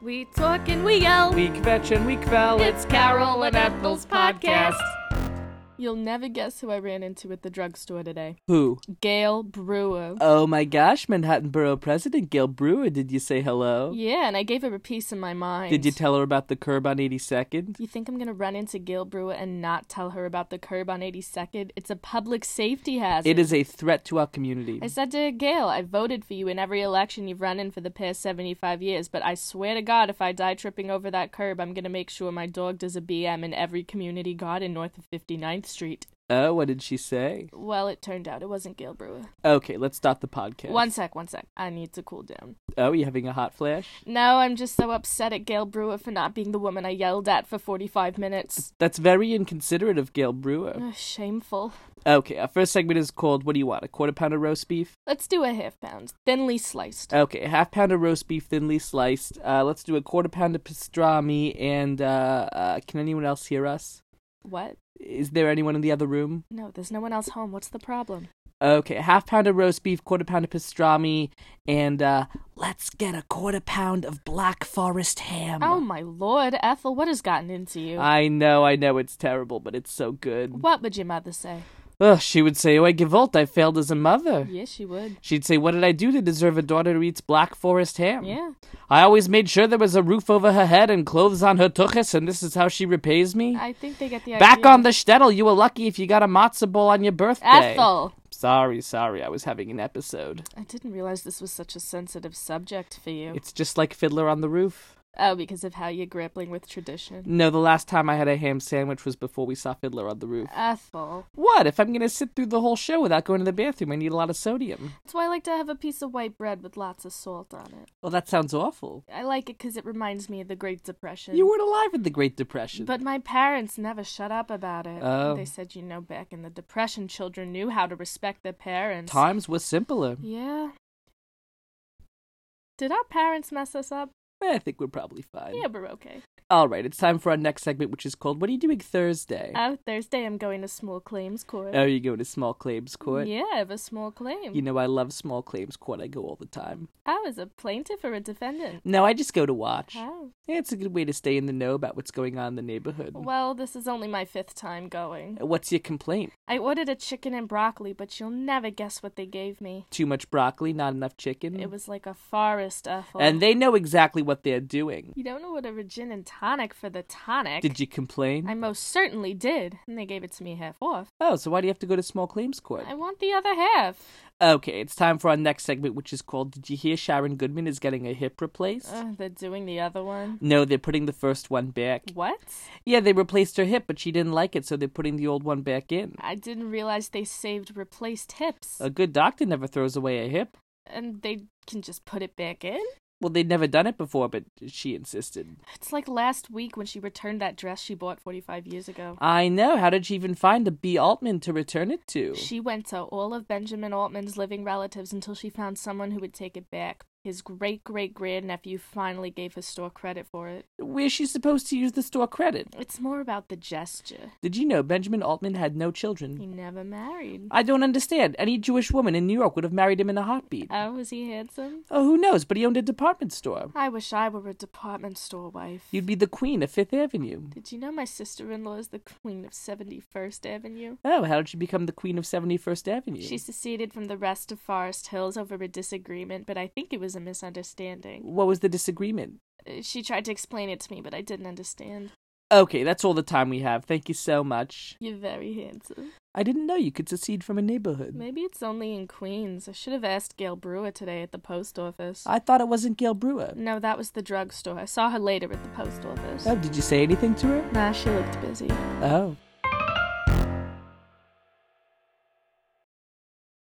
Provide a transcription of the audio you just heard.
We talk and we yell. We kvetch and we kvel. it's Carol and Ethel's podcast. You'll never guess who I ran into at the drugstore today. Who? Gail Brewer. Oh my gosh, Manhattan Borough President Gail Brewer, did you say hello? yeah, and I gave her a piece of my mind. Oh. Did you tell her about the curb on 82nd? You think I'm gonna run into Gail Brewer and not tell her about the curb on 82nd? It's a public safety hazard. It is a threat to our community. I said to Gail, I voted for you in every election you've run in for the past 75 years, but I swear to God, if I die tripping over that curb, I'm going to make sure my dog does a BM in every community garden north of 59th Street. Oh, what did she say? Well, it turned out it wasn't Gail Brewer. Okay, let's start the podcast. One sec, one sec. I need to cool down. Oh, you having a hot flash? No, I'm just so upset at Gail Brewer for not being the woman I yelled at for 45 minutes. That's very inconsiderate of Gail Brewer. Ugh, shameful. Okay, our first segment is called What Do You Want? A quarter pound of roast beef? Let's do a half pound, thinly sliced. Okay, a half pound of roast beef thinly sliced. Uh, let's do a quarter pound of pastrami. And uh, uh, can anyone else hear us? What? Is there anyone in the other room? No, there's no one else home. What's the problem? Okay, a half pound of roast beef, quarter pound of pastrami, and uh, let's get a quarter pound of Black Forest ham. Oh my lord, Ethel, what has gotten into you? I know, I know, it's terrible, but it's so good. What would your mother say? Ugh, she would say, "Oh, I gewalt, I failed as a mother." Yes, she would. She'd say, "What did I do to deserve a daughter who eats Black Forest ham?" Yeah. I always made sure there was a roof over her head and clothes on her tuchus, and this is how she repays me. I think they get the idea. Back on the shtetl, you were lucky if you got a matzo ball on your birthday. Ethel. Sorry, sorry, I was having an episode. I didn't realize this was such a sensitive subject for you. It's just like Fiddler on the Roof. Oh, because of how you're grappling with tradition. No, the last time I had a ham sandwich was before we saw Fiddler on the Roof. Ethel. What? If I'm gonna sit through the whole show without going to the bathroom, I need a lot of sodium. That's why I like to have a piece of white bread with lots of salt on it. Well, that sounds awful. I like it because it reminds me of the Great Depression. You weren't alive in the Great Depression. But my parents never shut up about it. Oh. They said, you know, back in the Depression, children knew how to respect their parents. Times were simpler. Yeah. Did our parents mess us up? Eh, I think we're probably fine. Yeah, we're okay. All right, it's time for our next segment, which is called What Are You Doing Thursday? On Thursday, I'm going to small claims court. oh, you go to small claims court? Yeah, I have a small claim. You know, I love small claims court. I go all the time. I was a plaintiff or a defendant. No, I just go to watch. Oh. Yeah, it's a good way to stay in the know about what's going on in the neighborhood. Well, this is only my fifth time going. What's your complaint? I ordered a chicken and broccoli, but you'll never guess what they gave me. Too much broccoli, not enough chicken? It was like a forest Ethel. And they know exactly what they're doing. You don't order a gin and tonic for the tonic. Did you complain? I most certainly did, and they gave it to me half off. Oh, so why do you have to go to small claims court? I want the other half. Okay, it's time for our next segment, which is called Did You Hear Sharon Goodman is Getting a Hip Replaced? Ugh, they're doing the other one. no, they're putting the first one back. What? Yeah, they replaced her hip, but she didn't like it, so they're putting the old one back in. I didn't realize they saved replaced hips. A good doctor never throws away a hip. and they can just put it back in? Well, they'd never done it before, but she insisted. It's like last week when she returned that dress she bought 45 years ago. I know. How did she even find a B. Altman to return it to? She went to all of Benjamin Altman's living relatives until she found someone who would take it back. His great great grandnephew finally gave his store credit for it. Where's she supposed to use the store credit? It's more about the gesture. Did you know Benjamin Altman had no He children? never married. I don't understand. Any Jewish woman in New York would have married him in a heartbeat. Oh, was he handsome? Oh, who knows? But he owned a department store. I wish I were a department store wife. You'd be the queen of Fifth Avenue. Did you know my sister in law is the queen of 71st Avenue? Oh, how did she become the queen of 71st Avenue? She seceded from the rest of Forest Hills over a disagreement, but I think it was a misunderstanding. What was the disagreement? Uh, She tried to explain it to me, but I didn't understand. Okay, that's all the time we have. Thank you so much. You're very handsome. I didn't know you could secede from a neighborhood. Maybe it's only in Queens. I should have asked Gail Brewer today at the post office. I thought it wasn't Gail Brewer. No, that was the drugstore. I saw her later at the post office. Oh, did you say anything to her? Nah, she looked busy. Oh.